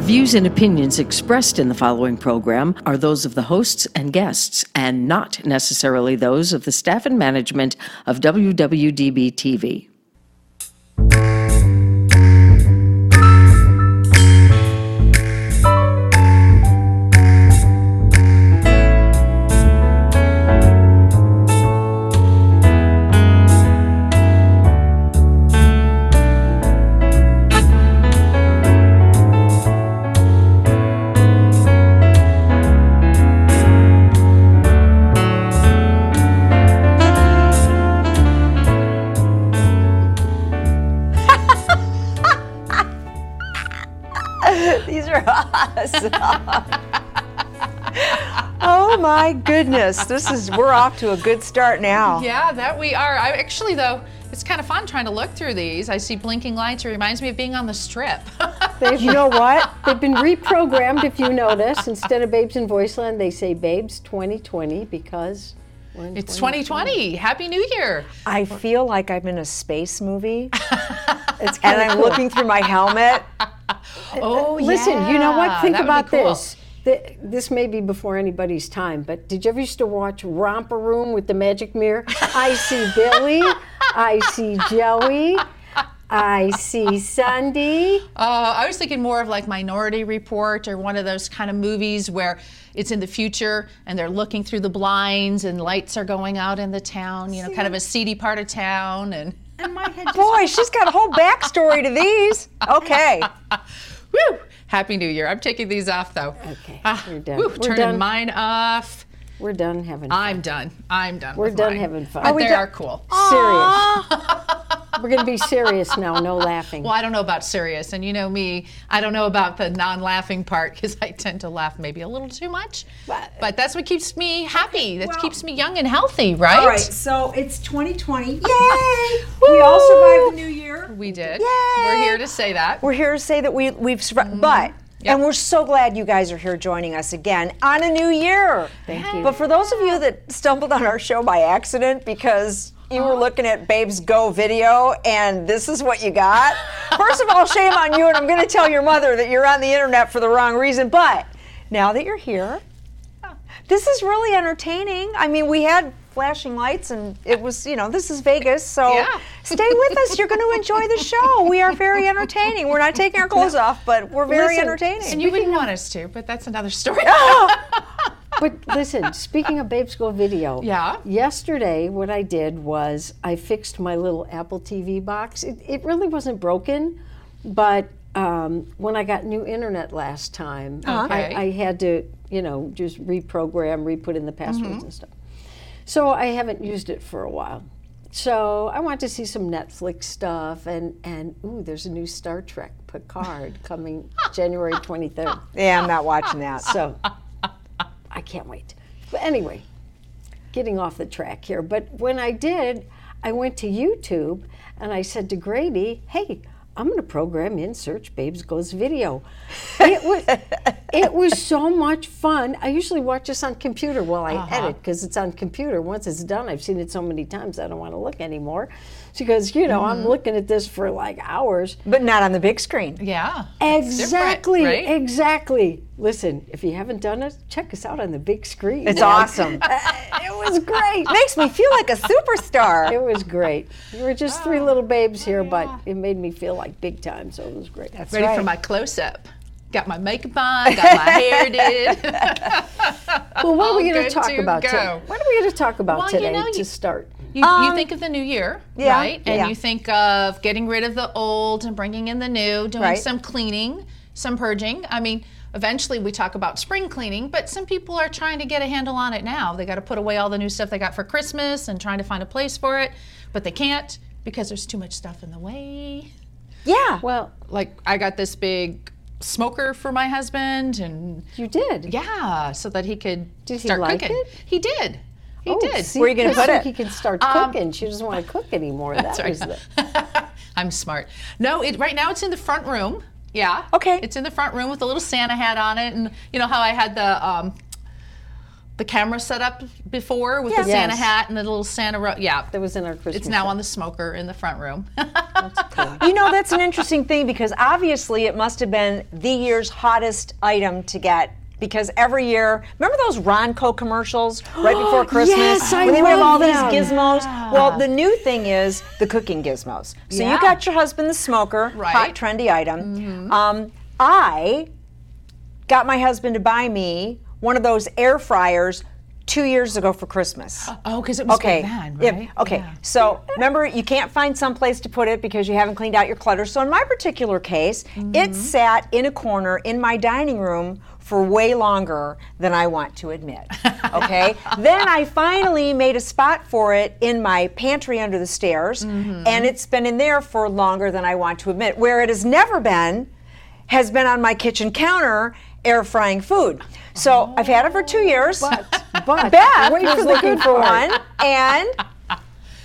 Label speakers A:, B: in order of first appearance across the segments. A: views and opinions expressed in the following program are those of the hosts and guests and not necessarily those of the staff and management of WWDB TV.
B: These are awesome. oh my goodness. This is we're off to a good start now.
C: Yeah, that we are. I actually though, it's kind of fun trying to look through these. I see blinking lights. It reminds me of being on the strip.
D: They've, you know what? They've been reprogrammed, if you notice. Instead of Babes in Voiceland, they say Babes 2020 because we're in
C: it's 2020. Happy New Year.
B: I feel like I'm in a space movie
D: It's
B: and
D: kind
B: I'm
D: of cool.
B: looking through my helmet.
C: Oh,
D: Uh, Listen, you know what?
C: yeah,
D: Think
C: that would be
D: about
C: cool.
D: this. Th- This may be before anybody's time, but did you ever used to watch Romper Room with the Magic Mirror? I see Billy. I see Joey. I see Sunday.
C: Uh, I was thinking more of like Minority Report or one of those kind of movies where it's in the future and they're looking through the blinds and lights are going out in the town. You know, kind of a seedy part of town and.
B: Boy, she's got a whole backstory to these. Okay.
C: Woo! Happy New Year. I'm taking these off though.
D: Okay,
C: Ah,
D: we're done.
C: woo,
D: We're
C: turning
D: done.
C: mine off.
D: We're done having fun.
C: I'm done. I'm done.
D: We're
C: with
D: done
C: mine.
D: having fun.
C: But
D: Are we
C: they
D: done?
C: are cool.
D: serious. We're going to be serious now, no laughing.
C: Well, I don't know about serious, and you know me, I don't know about the non-laughing part because I tend to laugh maybe a little too much. But, that's what keeps me happy. that
E: well-
C: keeps me young and healthy, right?
E: All right, so it's 2020. Yay! we all survived the new year.
C: We did.
B: Yay!
C: We're here to say that.
B: We're here to say that we we've survived, but
C: Yep.
B: and we're so glad you guys are here joining us again on a new year. Thank
D: you.
B: But for those of you that stumbled on our show by accident because you were looking at Babe's Go video and this is what you got. First of all, shame on you, and I'm going to tell your mother that you're on the internet for the wrong reason. But now that you're here, this is really entertaining. I mean, we had flashing lights and it was, you know, this is Vegas, so
C: Yeah.
B: stay with us. You're going to enjoy the show. We are very entertaining. We're not taking our clothes off, but we're very
D: Listen,
B: entertaining.
C: and you wouldn't want us to, but that's another story.
D: But listen, speaking of Babe School video,
C: Yeah.
D: Yesterday, what I did was I fixed my little Apple TV box. It, it really wasn't broken, but um, when I got new internet last time,
C: Ah, Okay.
D: I, I had to, you know, just reprogram, re-put in the passwords
C: Mm-hmm.
D: and stuff. So I haven't used it for a while. So I want to see some Netflix stuff, and and ooh, there's a new Star Trek Picard coming January 23rd.
B: yeah, I'm not watching that.
D: So I can't wait. But anyway, getting off the track here. But when I did, I went to YouTube and I said to Grady, hey, I'm going to program in Search Babes Goes Video. It was, it was so much fun. I usually watch this on computer while I edit because it's on computer. Once it's done, I've seen it so many times I don't want to look anymore. She goes, you know, I'm looking at this for like hours.
B: But not on the big screen.
C: yeah. It's different,
D: Exactly.
C: right?
D: Exactly. Listen, if you haven't done it, check us out on the big screen.
B: It's
D: man.
B: awesome.
D: It was great.
B: Makes me feel like a superstar.
D: It was great. We were just three little babes here,
C: Oh,
D: but it made me feel like big time, so it was great.
C: Ready for my close-up. Got my makeup on, got my hair did.
D: Well, what are we
C: All
D: going
C: good
D: to talk
C: to
D: about
C: go.
D: today? What are we going to talk about
C: Well, you
D: today
C: know, you-
D: to start?
C: You, you think of the new year,
B: yeah,
C: right? And
B: yeah.
C: you think of getting rid of the old and bringing in the new, doing
B: Right.
C: some cleaning, some purging. I mean, eventually we talk about spring cleaning, but some people are trying to get a handle on it now. They got to put away all the new stuff they got for Christmas and trying to find a place for it, but they can't because there's too much stuff in the way.
B: Yeah.
D: Well,
C: Like I got this big smoker for my husband and
D: you did.
C: yeah, so that he could
D: Did he
C: start
D: like
C: cooking.
D: it?
C: He did. He
D: Oh,
C: did.
D: see,
B: Where you gonna
D: Chris
B: put it?
D: Suki can start
C: Um,
D: cooking. She doesn't want to cook anymore. That's that
C: Sorry.
D: was the,
C: I'm smart. No, it, right now it's in the front room. Yeah.
B: Okay.
C: It's in the front room with a little Santa hat on it, and you know how I had the um, the camera set up before with the
D: Yes.
C: Santa
D: Yes.
C: hat and the little Santa ro- yeah.
D: That was in our Christmas.
C: it's now on the smoker in the front room.
B: You know, that's an interesting thing because obviously it must have been the year's hottest item to get. Because every year, remember those Ronco commercials right before Christmas?
D: Yes, I
B: Where they would have all
D: love
B: these
D: them.
B: gizmos. Well, the new thing is the cooking gizmos. So you got your husband the smoker, hot,
C: Right.
B: trendy item.
D: Mm-hmm.
B: Um, I got my husband to buy me one of those air fryers two years ago for Christmas.
C: oh, because it was
B: Okay.
C: big then,
B: yeah,
C: right?
B: Okay.
C: Yeah.
B: So remember, you can't find some place to put it because you haven't cleaned out your clutter. So in my particular case,
C: Mm-hmm.
B: it sat in a corner in my dining room for way longer than I want to admit. Okay. then I finally made a spot for it in my pantry under the stairs,
C: Mm-hmm.
B: and it's been in there for longer than I want to admit. Where it has never been has been on my kitchen counter air frying food. So I've had it for two years.
D: but
B: Beth
D: wait
B: was
D: for the
B: looking
D: good
B: for
D: part.
B: one, and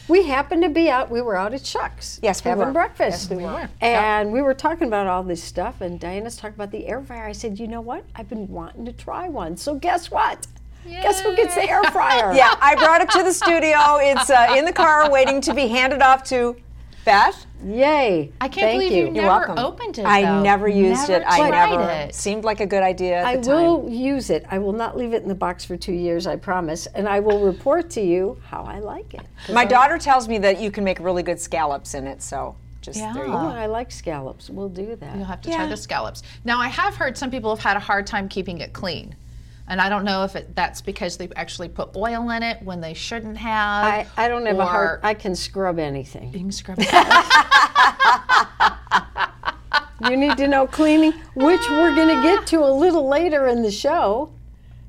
D: We happened to be out. We were out at Shucks.
B: Yes, we
D: having
B: were.
D: breakfast.
C: we were.
D: And we were talking about all this stuff, and Diana's talking about the air fryer. I said, you know what? I've been wanting to try one. So guess what? Guess who gets the air fryer?
B: yeah, I brought it to the studio. It's uh, in the car waiting to be handed off to Beth.
D: Yay!
C: I can't
D: Thank
C: believe
D: you.
C: you
B: You're
C: never
B: welcome.
C: opened it.
B: I
C: though.
B: never used it. I
C: tried
B: never
C: it.
B: seemed like a good idea at
D: I
B: the time.
D: will use it. I will not leave it in the box for two years, I promise. And I will report to you how I like it. 'Cause
B: My daughter tells me that you can make really good scallops in it, so just there you
D: I
B: go.
D: I like scallops. We'll do that.
C: You'll have to try the scallops. Now, I have heard some people have had a hard time keeping it clean. And I don't know if it, that's because they actually put oil in it when they shouldn't have.
D: I, I don't have a
C: or
D: heart. I can scrub anything.
C: being scrubbed. out.
D: You need to know cleaning, which we're going to get to a little later in the show.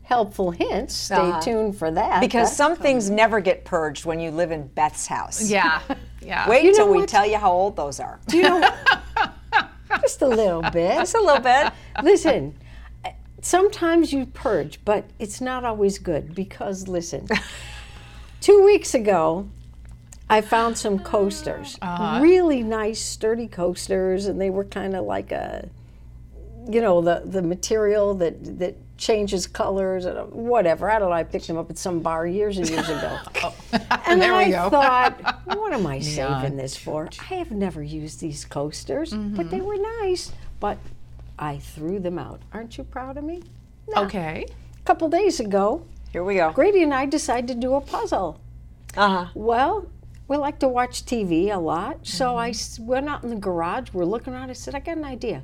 D: Helpful hints. Stay tuned for that.
B: Because
D: That's-
B: some things never get purged when you live in Beth's house.
C: yeah, yeah.
B: Wait
D: You
B: till
D: know
B: we
D: what?
B: tell you how old those are.
D: Do you know, just a little bit.
B: Just a little bit.
D: Listen, I- sometimes you purge, but it's not always good because, listen, two weeks ago, I found some coasters,
C: Uh-huh.
D: really nice, sturdy coasters, and they were kind of like a, you know, the, the material that, that changes colors and uh, whatever. I don't know. I picked them up at some bar years and years ago. And
C: Oh. There
D: then
C: we
D: I
C: go.
D: thought, what am I saving this for? I have never used these coasters, but
C: Mm-hmm.
D: they were nice. But I threw them out. Aren't you proud of me?
C: Okay.
D: A couple days ago,
B: Here we go.
D: Grady and I decided to do a puzzle.
B: Uh-huh.
D: Well, we like to watch TV a lot, so I s I went out in the garage. We're looking around. I said, I got an idea.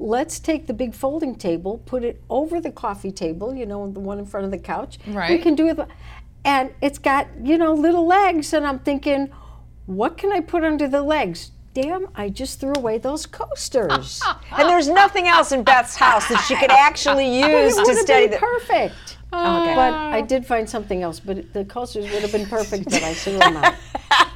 D: Let's take the big folding table, put it over the coffee table, you know, the one in front of the couch. We
C: Right.
D: can do it. And it's got, you know, little legs. And I'm thinking, what can I put under the legs? Damn, I just threw away those coasters.
B: And there's nothing else in Beth's house that she could actually use
D: it would
B: to
D: have
B: study
D: been
B: the
D: perfect.
C: Oh,
D: But I did find something else. But it- the coasters would have been perfect, but I threw them out.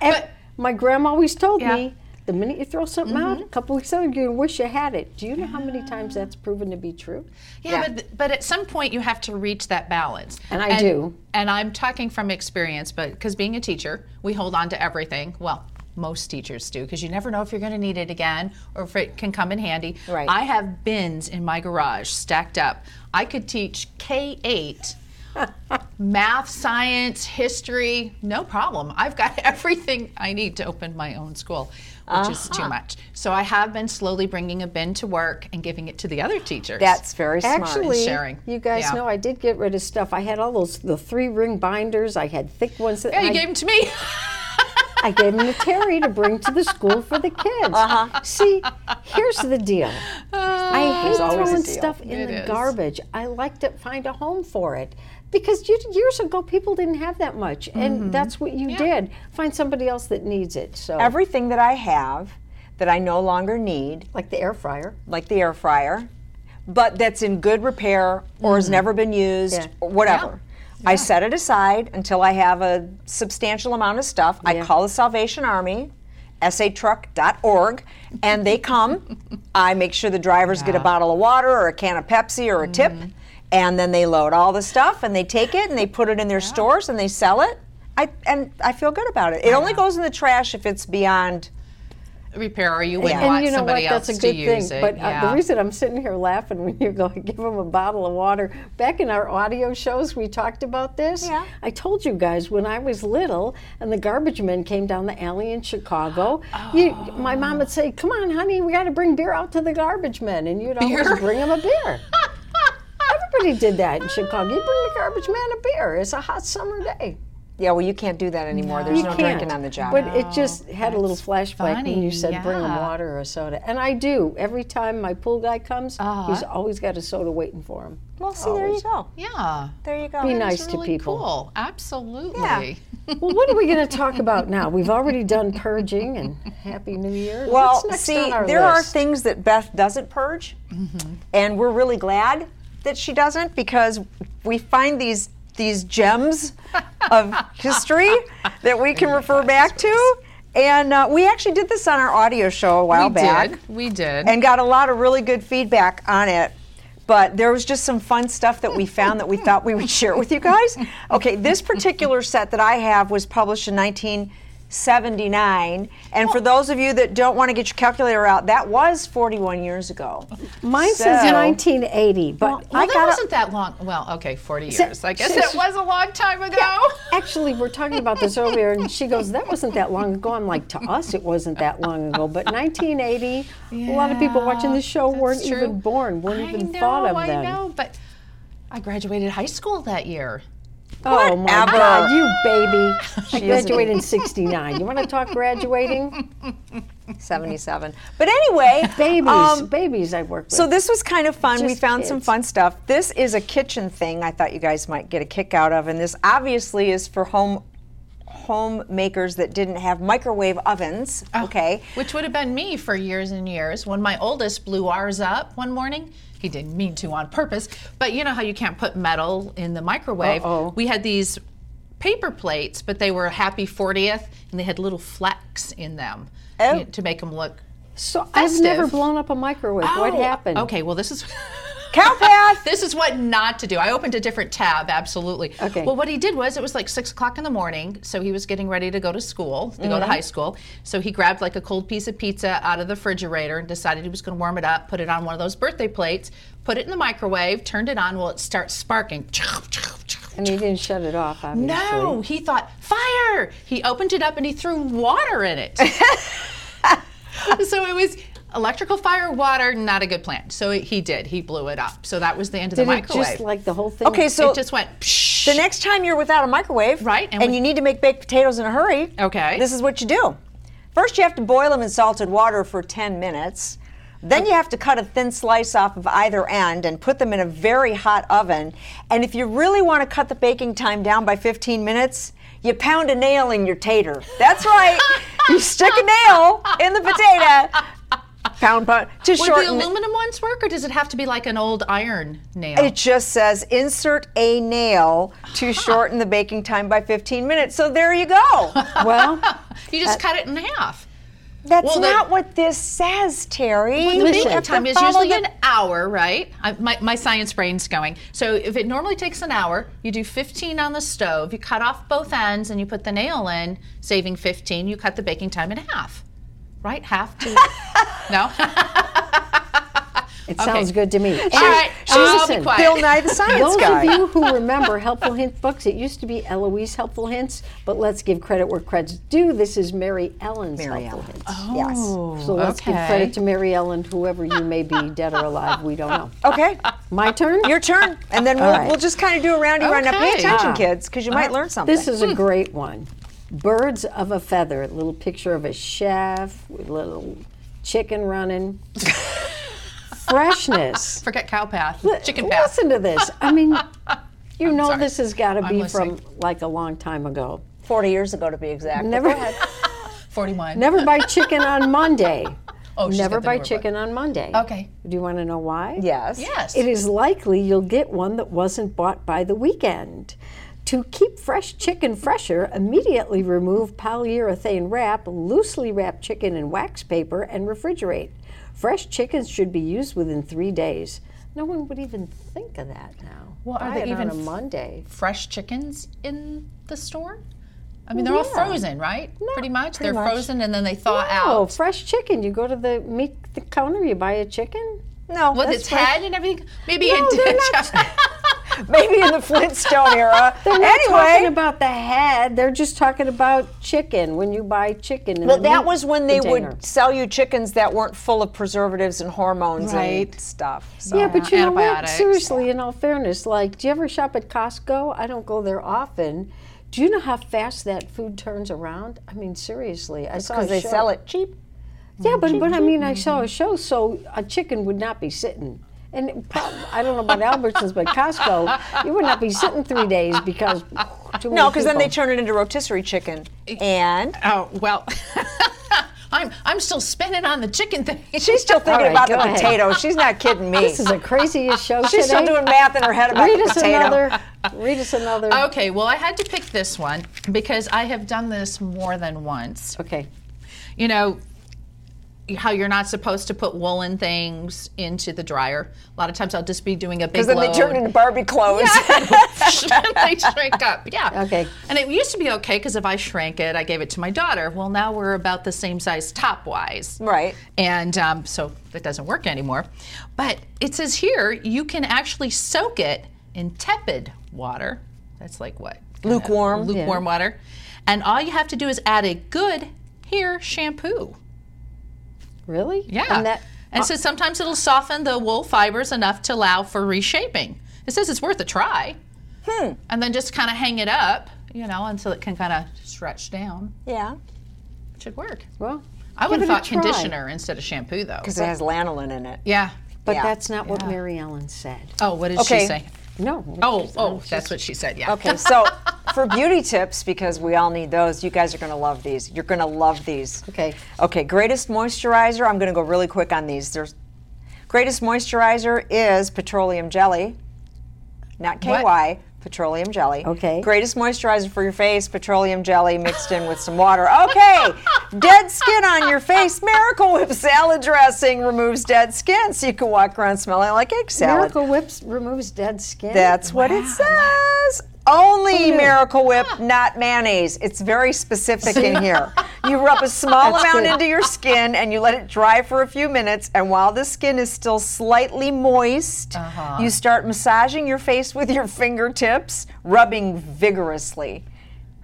D: And my grandma always told
C: Yeah. Mm-hmm.
D: me, the minute you throw something out, a couple weeks later, you're gonna wish you had it. Do you know how many times that's proven to be true?
C: Yeah, But, but at some point you have to reach that balance.
D: And I do.
C: And I'm talking from experience, but because being a teacher, we hold on to everything. Well, most teachers do because you never know if you're going to need it again or if it can come in handy.
B: Right.
C: I have bins in my garage stacked up. I could teach K 8 math, science, history, no problem. I've got everything I need to open my own school, which is too much. So I have been slowly bringing a bin to work and giving it to the other teachers.
B: That's very smart.
D: Actually,
C: sharing.
D: you guys
C: Yeah.
D: know I did get rid of stuff. I had all those the three ring binders. I had thick ones. that
C: yeah, you
D: I,
C: gave them to me.
D: I gave them to Terry to bring to the school for the kids. Uh-huh. See, here's the deal. I
B: Ah. always
D: hate
B: a
D: throwing
B: deal.
D: stuff in
C: It
D: the
C: is.
D: garbage. I like to find a home for it because you, years ago people didn't have that much,
B: Mm-hmm.
D: and that's what you did. Find somebody else that needs it. So,
B: Everything that I have that I no longer need
D: like the air fryer.
B: like the air fryer, but that's in good repair or has never been used
D: Yeah.
B: or whatever. I set it aside until I have a substantial amount of stuff. I call the Salvation Army, satruck.org, and they come. I make sure the drivers get a bottle of water or a can of Pepsi or a tip, and then they load all the stuff and they take it and they put it in their stores and they sell it. I, and I feel good about it. It only goes in the trash if it's beyond
C: repair or you wouldn't
B: Yeah.
C: want
D: and you know
C: somebody
D: what? That's
C: else
D: a
C: to
D: good
C: use
D: thing.
C: it.
D: But uh,
C: yeah.
D: the reason I'm sitting here laughing when you go give them a bottle of water. Back in our audio shows, we talked about this.
B: Yeah.
D: I told you guys when I was little, and the garbage men came down the alley in Chicago. You,
C: Oh.
D: my mom would say, "Come on, honey, we got to bring beer out to the garbage men," and you'd
C: Beer?
D: always bring them a beer. Everybody did that in Chicago. You bring the garbage man a beer. It's a hot summer day.
B: Yeah, well, you can't do that anymore. There's
D: You
B: no
D: can't.
B: drinking on the job.
D: But it just had a little flashback when
C: funny,
D: you said bring him
C: yeah.
D: water or soda. And I do. Every time my pool guy comes,
C: Uh-huh.
D: he's always got a soda waiting for him.
B: well, see, there you go.
C: yeah.
B: There you go.
D: Be
C: It's
D: nice to
C: really
D: people.
C: Cool. Absolutely.
D: Well, what are we going to talk about now? We've already done purging and Happy New Year.
B: Well,
D: What's next
B: see,
D: on our
B: there are
D: list?
B: things that Beth doesn't purge, and we're really glad that she doesn't because we find these these gems of history that we can refer back to. And uh, we actually did this on our audio show a while
C: we
B: back
C: did. We did.
B: and got a lot of really good feedback on it. But there was just some fun stuff that we found that we thought we would share with you guys. Okay, this particular set that I have was published in 1979. And for those of you that don't want to get your calculator out, that was 41 years ago.
D: Mine says
B: So-
D: 1980, but
C: well,
D: I
C: that
D: got.
C: wasn't that long. Well, okay, 40 years. I guess it was a long time ago.
D: Actually, we we're talking about this earlier, and she goes, "That wasn't that long ago." I'm like, "To us, it wasn't that long ago, but 1980, a lot of people watching the show
C: That's
D: weren't
C: true.
D: even born, weren't
C: I
D: even
C: know,
D: thought of
C: I
D: them."
C: know, but I graduated high school that year.
D: Oh my
B: Whatever.
D: God, you baby! I graduated in '69. You want to talk graduating?
B: 77. But anyway,
D: Babies,
B: um,
D: babies. I work with.
B: So this was kind of fun. we
D: Just
B: found some
D: kids.
B: fun stuff. This is a kitchen thing I thought you guys might get a kick out of, and this obviously is for home homemakers that didn't have microwave ovens.
D: Oh.
B: Okay.
C: Which would have been me for years and years. When my oldest blew ours up one morning, he didn't mean to on purpose, but you know how you can't put metal in the microwave?
D: Uh-oh.
C: We had these paper plates, but they were happy 40th and they had little flecks in them
D: Oh.
C: you know, to make them look.
D: So I've never
C: festive.
D: blown up a microwave. what
C: Oh,
D: happened?
C: Okay, well, this is.
B: Cowpath!
C: this is what not to do. I opened a different tab, absolutely.
D: Okay.
C: Well, what he did was it was like six o'clock in the morning, so he was getting ready to go to school, to
D: Mm-hmm.
C: go to high school. So he grabbed like a cold piece of pizza out of the refrigerator and decided he was going to warm it up, put it on one of those birthday plates, put it in the microwave, turned it on. Well, it starts sparking.
D: And he didn't shut it off. Obviously.
C: No, he thought fire. He opened it up and he threw water in it. so it was electrical fire, water, not a good plan. So he did. He blew it up. So that was the end of
D: Did
C: the
D: it
C: microwave.
D: just like the whole thing?
B: Okay, so
C: it just went. Psh.
B: the next time you're without a microwave,
C: Right,
B: and,
C: and we-
B: you need to make baked potatoes in a hurry,
C: Okay.
B: this is what you do. First, you have to boil them in salted water for 10 minutes. Then you have to cut a thin slice off of either end and put them in a very hot oven. And if you really want to cut the baking time down by 15 minutes, you pound a nail in your tater. That's right. you stick a nail in the potato. Pound, pound. To
C: Would the
B: shorten it.
C: aluminum ones work, or does it have to be like an old iron nail?
B: It just says insert a nail to shorten the baking time by 15 minutes. So there you go.
D: well,
C: you just
D: uh,
C: cut it in half.
B: That's
C: Well, the-
B: not what this says, Terry.
C: The
B: You
C: baking
B: have to
C: time is
B: follow
C: usually
B: the-
C: an hour, right? I, my, my science brain's going. So if it normally takes an hour, you do 15 on the stove, you cut off both ends, and you put the nail in, saving 15. You cut the baking time in half, right? Half to no.
D: it sounds good to me.
C: All right, I'll be
D: Uh, listen,
C: quiet.
B: Bill Nye the Science
D: Those
B: Guy.
D: of you who remember Helpful Hint books, it used to be Eloise Helpful Hints, but let's give credit where credit's due. This is Mary Ellen's Helpful Hints.
B: yes.
D: so let's give
C: Oh, okay.
D: credit to Mary Ellen, whoever you may be, dead or alive, we don't know.
B: Okay,
D: My turn?
B: your turn, and then we'll,
D: All right.
B: we'll just kind of do a roundy round. Now, pay
C: Okay.
B: attention,
D: Ah.
B: kids, because you might learn something.
D: This
C: Hmm.
D: is a great one. Birds of a feather. A little picture of a chef with a little chicken running. Freshness.
C: Forget cow path, chicken path.
D: Listen to this. I mean, you know
C: sorry.
D: this has got to
C: I'm
D: be
C: listening.
D: from like a long time ago.
B: 40 years ago, to be exact.
D: Never,
C: 41.
D: never buy chicken on Monday.
C: Oh, she's
D: never
C: got the
D: buy
C: newer book.
D: chicken on Monday.
C: Okay.
D: Do you want to know why?
B: Yes.
C: Yes.
D: It is likely you'll get one that wasn't bought by the weekend. To keep fresh chicken fresher, immediately remove polyurethane wrap, loosely wrap chicken in wax paper, and refrigerate. Fresh chickens should be used within three days. No one would even think of that now.
C: Well, are
D: Buy
C: they
D: it
C: even
D: on a
C: f-
D: Monday?
C: fresh chickens in the store? I mean, they're all frozen, right? pretty much.
D: pretty
C: they're
D: much.
C: frozen and then they thaw
D: Oh,
C: out.
D: fresh chicken. You go to the meat the counter, you buy a chicken.
B: No,
C: With
B: that's
C: its
B: fine.
C: head and everything. Maybe
D: No,
C: a
D: they're
C: dish.
B: Maybe in the Flintstone era.
D: They're not talking
B: anyway,
D: about the head. They're just talking about chicken when you buy chicken. in
B: well,
D: the
B: that
D: meat
B: was when they
D: container.
B: would sell you chickens that weren't full of preservatives and hormones
C: Right.
B: and stuff. So.
D: Yeah, but you know what?
C: antibiotics.
D: Seriously, in all fairness, like, do you ever shop at Costco? I don't go there often. Do you know how fast that food turns around? I mean, seriously, I saw a
B: because they
D: show.
B: sell it Mm-hmm. cheap.
D: Yeah, but but I mean, I saw a show, so a chicken would not be sitting. And it prob- I don't know about Albertsons, but Costco, you would not be sitting three days because
B: No,
D: too many
B: because then they
D: people.
B: turn it into rotisserie chicken. And
C: oh, well. I'm, I'm still spinning on the chicken thing.
B: she's still thinking
D: right,
B: about
D: go
B: the
D: ahead.
B: potato. She's not kidding me.
D: This is the craziest show
B: She's
D: today.
B: still doing math in her head about
D: read
B: the
D: us
B: potato. Oh.
D: another. Read us another.
C: Okay, well, I had to pick this one because I have done this more than once.
D: Okay.
C: You know, how you're not supposed to put woolen things into the dryer. A lot of times I'll just be doing a big
B: Because then they
C: load.
B: turn into Barbie clothes.
C: they shrink up. Yeah.
D: Okay.
C: And it used to be okay because if I shrank it, I gave it to my daughter. Well, now we're about the same size top wise.
B: Right.
C: And um, so that doesn't work anymore. But it says here you can actually soak it in tepid water. That's like what?
B: Lukewarm.
C: Lukewarm water. And all you have to do is add a good here shampoo.
D: Really?
C: Yeah.
D: And that uh,
C: And so sometimes it'll soften the wool fibers enough to allow for reshaping. It says it's worth a try. Hmm. And then just kind of hang it up, you know, until it can kind of stretch down.
B: Yeah.
C: It should work.
D: well,
C: I would have
D: it a
C: thought
D: try.
C: conditioner instead of shampoo, though.
B: Because it has lanolin in it.
C: Yeah.
D: but
B: Yeah.
D: that's not what Mary Ellen said.
C: Oh, what did
B: Okay.
C: she say?
D: No.
C: Oh, oh, that's what she said. Yeah.
B: Okay, so for beauty tips, because we all need those, you guys are going to love these. You're going to love these.
D: Okay.
B: Okay, greatest moisturizer. I'm going to go really quick on these. There's greatest moisturizer is petroleum jelly, not KY.
C: What?
B: Petroleum jelly.
D: Okay.
B: Greatest moisturizer for your face, petroleum jelly mixed in with some water. Okay. dead skin on your face. Miracle Whip salad dressing removes dead skin so you can walk around smelling like egg salad.
D: Miracle Whips removes dead skin.
B: That's what it says. Only Miracle Whip, not mayonnaise. It's very specific in here. You rub a small
D: That's
B: amount
D: good.
B: into your skin and you let it dry for a few minutes. And while the skin is still slightly moist,
C: Uh-huh.
B: you start massaging your face with your fingertips, rubbing vigorously.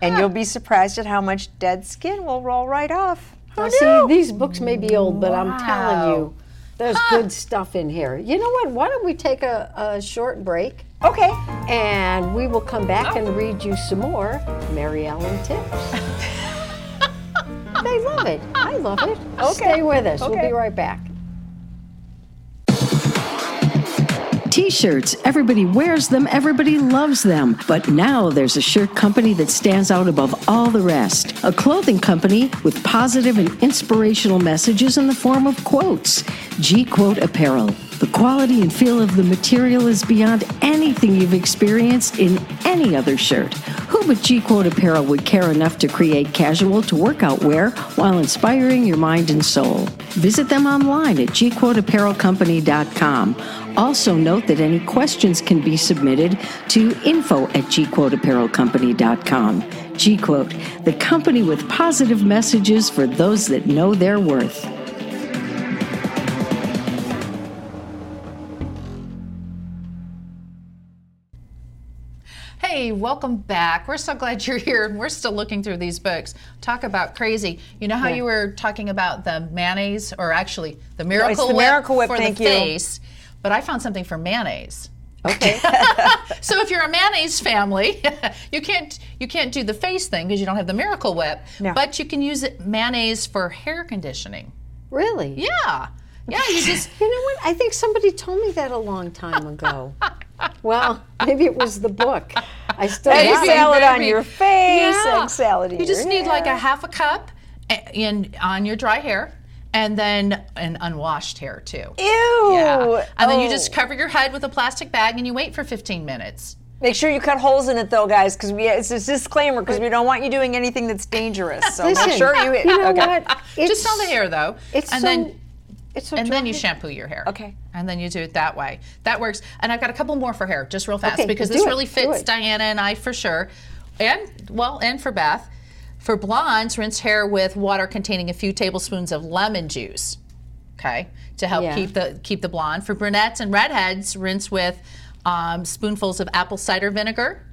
B: And you'll be surprised at how much dead skin will roll right off.
D: Now, Oh, see, these books may be old, but I'm telling you, there's good stuff in here. You know what? Why don't we take a, a short break
B: Okay.
D: and we will come back and read you some more Mary Ellen tips. they love it. I love it. Okay. Stay with us. We'll be right back.
A: T shirts, everybody wears them, everybody loves them. But now there's a shirt company that stands out above all the rest. A clothing company with positive and inspirational messages in the form of quotes. G Quote Apparel. The quality and feel of the material is beyond anything you've experienced in any other shirt. Who but G Quote Apparel would care enough to create casual to workout wear while inspiring your mind and soul? Visit them online at gquoteapparelcompany.com. Also note that any questions can be submitted to info at gquoteapparelcompany.com. G Quote, the company with positive messages for those that know their worth.
C: Hey, welcome back. We're so glad you're here and we're still looking through these books. Talk about crazy. You know how you were talking about the mayonnaise or actually the miracle
B: the
C: whip
B: Miracle Whip,
C: for
B: thank
C: the
B: you.
C: face. But I found something for mayonnaise. Okay. so if you're a mayonnaise family, you can't you can't do the face thing because you don't have the miracle whip, but you can use it mayonnaise for hair conditioning.
D: Really?
C: Yeah. Yeah, you just
D: You know what? I think somebody told me that a long time ago. well, maybe it was the book. I still
B: Egg
D: have it.
B: salad on
C: baby.
B: your face,
C: Yeah.
B: egg salad in
C: You just
B: your
C: need like a
B: hair.
C: half a cup a- in on your dry hair, and then an unwashed hair too.
B: Ew.
C: Yeah. And then you
B: Oh.
C: just cover your head with a plastic bag and you wait for 15 minutes.
B: Make sure you cut holes in it though, guys, because we it's a disclaimer because we don't want you doing anything that's dangerous. So
D: Listen,
B: make sure you hit.
D: You know
B: okay.
D: what?
C: just on the hair though.
D: It's
C: and
D: so.
C: then
D: it's so
C: and then
D: dry.
C: you shampoo your hair.
B: Okay.
C: And then you do it that way. That works. And I've got a couple more for hair, just real fast,
D: Okay,
C: because
D: do
C: this
D: it,
C: really
D: do
C: fits
D: it.
C: Diana and I for sure. And well, and for Beth. For blondes, rinse hair with water containing a few tablespoons of lemon juice. Okay, to help
D: Yeah.
C: keep the keep the blonde. For brunettes and redheads, rinse with um, spoonfuls of apple cider vinegar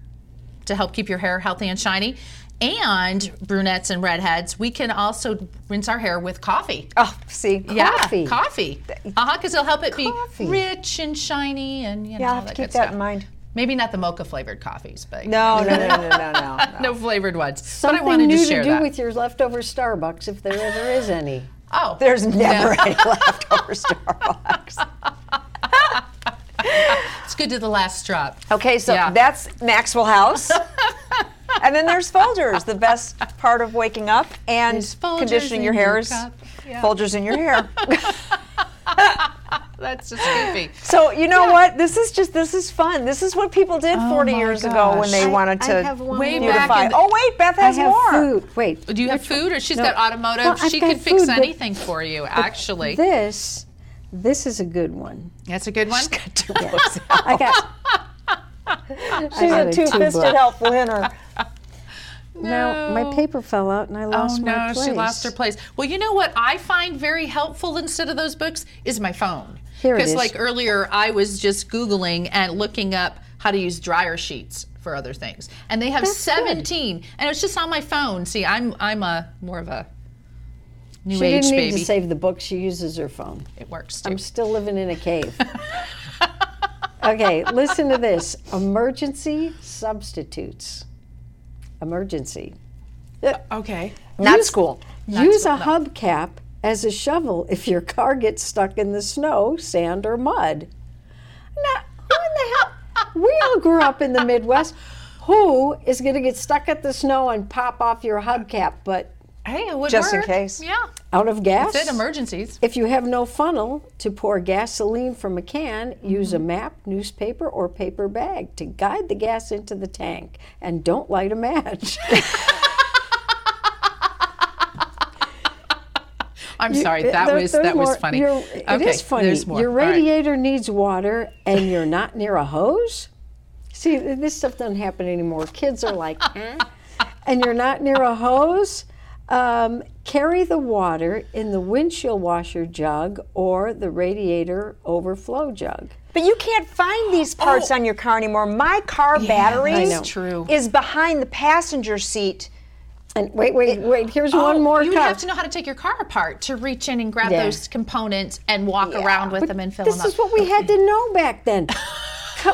C: to help keep your hair healthy and shiny. And brunettes and redheads, we can also rinse our hair with coffee.
B: Oh, see,
D: Coffee.
C: Yeah, coffee. Uh huh, because it'll help it
D: Coffee.
C: be rich and shiny and you know
B: yeah, I'll
C: all
B: have to
C: that
B: keep
C: good
B: that
C: stuff.
B: in mind.
C: Maybe not the mocha flavored coffees, but
B: No, no, no, no, no, no. no.
C: no flavored ones. but
D: Something
C: I wanted
D: new
C: to share
D: do
C: that.
D: with your leftover Starbucks, if there ever is any.
C: oh,
B: There's never any leftover Starbucks.
C: it's good to the last drop.
B: Okay, so
C: Yeah.
B: that's Maxwell House. and then there's Folgers, the best part of waking up and
C: There's Folgers
B: conditioning your
C: in your
B: hair is
C: cup. Yeah.
B: Folgers in your hair.
C: That's just goofy.
B: so you know what? This is just this is fun. This is what people did 40
C: my
B: years ago when they
C: gosh.
B: wanted to
D: I have one
C: Way
D: more.
C: back
B: beautify.
C: in the-
B: oh wait, Beth
D: I
B: has
D: have
B: more.
D: food. Wait.
C: Do you have
D: which
C: food,
D: one?
C: or she's
D: No.
C: got automotive?
D: Well, I've
C: she
D: got
C: could fix
D: food, but
C: anything for you, actually.
D: This, this is a good one.
C: That's a good one.
D: I got.
B: She's a two-fisted helpful winner.
D: Now my paper fell out and I
C: Oh
D: lost my
C: no,
D: place.
C: she lost her place. Well, you know what I find very helpful instead of those books is my phone.
D: Here it
C: Because
D: is.
C: like earlier, I was just googling and looking up how to use dryer sheets for other things, and they have 17, and it's just on my phone. See, I'm I'm a more of a new
D: She
C: age
D: didn't need
C: baby.
D: to save the book. She uses her phone.
C: it works too.
D: I'm still living in a cave. okay, listen to this. Emergency substitutes. Emergency.
C: okay.
B: Not school.
D: Use a hubcap as a shovel if your car gets stuck in the snow, sand, or mud. Now, who in the hell? We all grew up in the Midwest. Who is going to get stuck at the snow and pop off your hubcap? But
C: Hey, it would
B: Just in
C: work.
B: case.
C: Yeah.
D: out of gas?
C: Fit emergencies.
D: If you have no funnel to pour gasoline from a can, use a
C: Mm-hmm.
D: map, newspaper, or paper bag to guide the gas into the tank. And don't light a match.
C: I'm sorry. That
D: There-
C: was
D: there's
C: that
D: more.
C: was funny.
D: Your- It
C: Okay,
D: is funny.
C: There's more.
D: Your
C: All right.
D: radiator needs water, and you're not near a hose. See, th- this stuff doesn't happen anymore. Kids are like, huh? and you're not near a hose. Um, carry the water in the windshield washer jug or the radiator overflow jug.
B: But you can't find these parts on your car anymore. My car battery
C: that's I know.
B: is
C: true.
B: behind the passenger seat.
D: And wait, wait, wait. Here's one
C: Oh,
D: more
C: You would
D: cup.
C: have to know how to take your car apart to reach in and grab
D: Yeah.
C: those components and walk around with them and fill
D: this
C: them up.
D: is what we had to know back then. Co-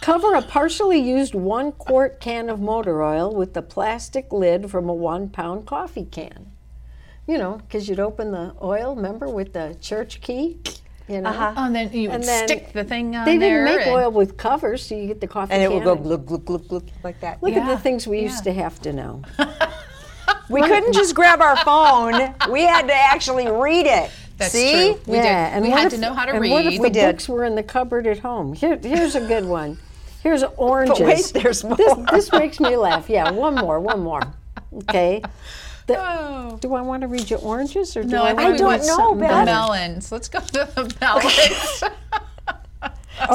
D: cover a partially used one quart can of motor oil with the plastic lid from a one pound coffee can. You know, because you'd open the oil, remember, with the church key? You know?
C: Oh, and then you would
D: And then
C: stick the thing on
D: They
C: there.
D: didn't make
C: and-
D: oil with covers, so you get the coffee
B: And it
D: can.
B: will go glug, glug, glug, glug, like that.
D: Look at
C: Yeah,
D: the things we used to have to know.
B: We couldn't just grab our phone. We had to actually read it.
C: That's
B: See?
C: true. We did. we
D: what
C: had
D: if-
C: to know how to
D: and
C: read.
D: What if the
B: did.
D: books were in the cupboard at home? Here, here's a good one. Here's oranges.
B: there's
D: This,
B: more.
D: this makes me laugh. Yeah, one more, one more. Okay. The-
C: Oh.
D: Do I want to read your oranges or do
C: No,
D: I,
C: I,
D: want
C: think we
D: to
C: went
D: read
B: know,
D: something
B: Beth.
C: the
D: better?
C: melons. Let's go to the melons.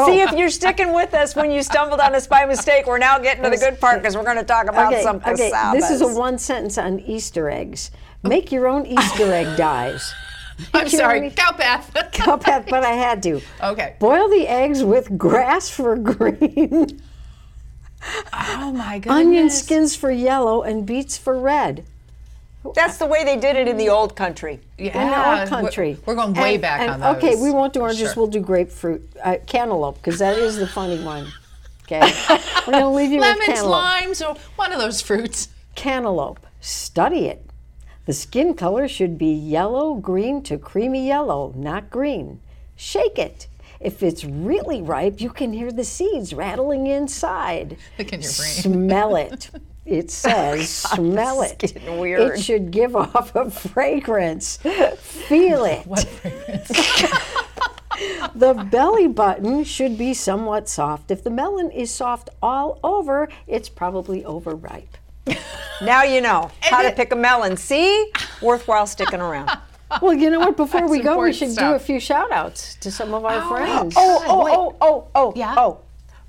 B: See if you're sticking with us when you stumbled on us by mistake. We're now getting to the good part because we're going to talk about
D: Okay,
B: some
D: okay.
B: cassavas.
D: This is a one sentence on Easter eggs. Make your own Easter egg dyes.
C: I'm sorry.
D: already-
C: Cow path.
D: Cup had- but I had to.
C: Okay.
D: Boil the eggs with grass for green.
C: Oh my goodness.
D: onion skins for yellow and beets for red.
B: That's the way they did it in the old country.
D: in
C: Yeah.
D: our country.
C: We're, we're going way
D: And-
C: back
D: and,
C: on those.
D: Okay, we won't do
C: for sure.
D: oranges. We'll do grapefruit, uh, cantaloupe, because that is the funny one. Okay, we're gonna leave you with
C: Lemons,
D: cantaloupe.
C: limes, or one of those fruits.
D: Cantaloupe. Study it. The skin color should be yellow, green to creamy yellow, not green. Shake it. If it's really ripe, you can hear the seeds rattling inside.
C: Look in your brain. Oh,
D: Smell it. It says, smell it. It
B: weird.
D: should give off a fragrance. Feel it.
C: What fragrance?
D: The belly button should be somewhat soft. If the melon is soft all over, it's probably overripe.
B: Now you know how to pick a melon. See? Worthwhile sticking around.
D: Well, you know what? Before we
C: That's
D: go,
C: important
D: we
C: Oh,
D: should do
C: stuff.
D: a few shout outs to some of our friends.
B: Oh, oh, oh, oh, oh,
C: Yeah.
B: oh.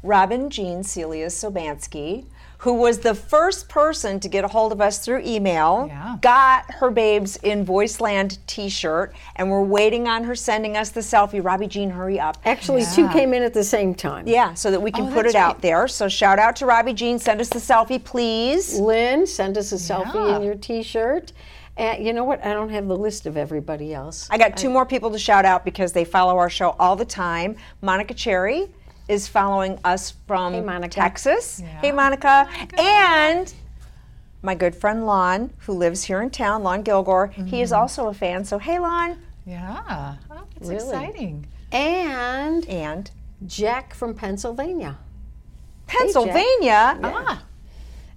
B: Robin Jean Celia Sobansky, who was the first person to get a hold of us through email,
C: Yeah.
B: got her Babes in Voiceland t shirt, and we're waiting on her sending us the selfie. Robbie Jean, hurry up.
D: Actually, two came in at the same time.
B: Yeah, so that we can put it
C: that's
B: out
C: right.
B: there. So shout out to Robbie Jean. Send us the selfie, please.
D: Lynn, send us a selfie
C: Yeah.
D: in your T-shirt. And you know what? I don't have the list of everybody else.
B: I got two more people to shout out because they follow our show all the time. Monica Cherry is following us from
D: Monica.
B: Texas. Hey, Monica. And my good friend Lon, who lives here in town, Lon Gilgore, he is also a fan. So, hey, Lon.
C: Yeah. Oh, that's exciting.
D: And
B: And
D: Jack from Pennsylvania.
B: Pennsylvania.
C: Ah,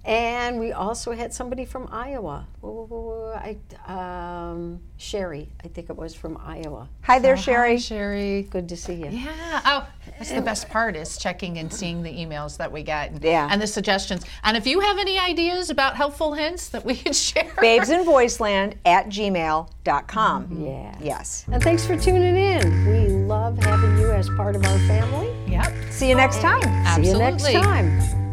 D: And we also had somebody from Iowa. Whoa, whoa, whoa, whoa, I, um, Sherry, I think it was from Iowa.
B: Hi there, Sherry.
C: Hi, Sherry.
D: Good to see you.
C: Yeah. Oh, that's the best part is checking and seeing the emails that we get. And,
B: Yeah.
C: And the suggestions. And if you have any ideas about helpful hints that we could share,
B: Babes in Voiceland at gmail.com.
D: Yes.
B: Yes.
D: And thanks for tuning in. We love having you as part of our family.
C: Yep.
B: See you next time.
C: Absolutely.
D: See you next time.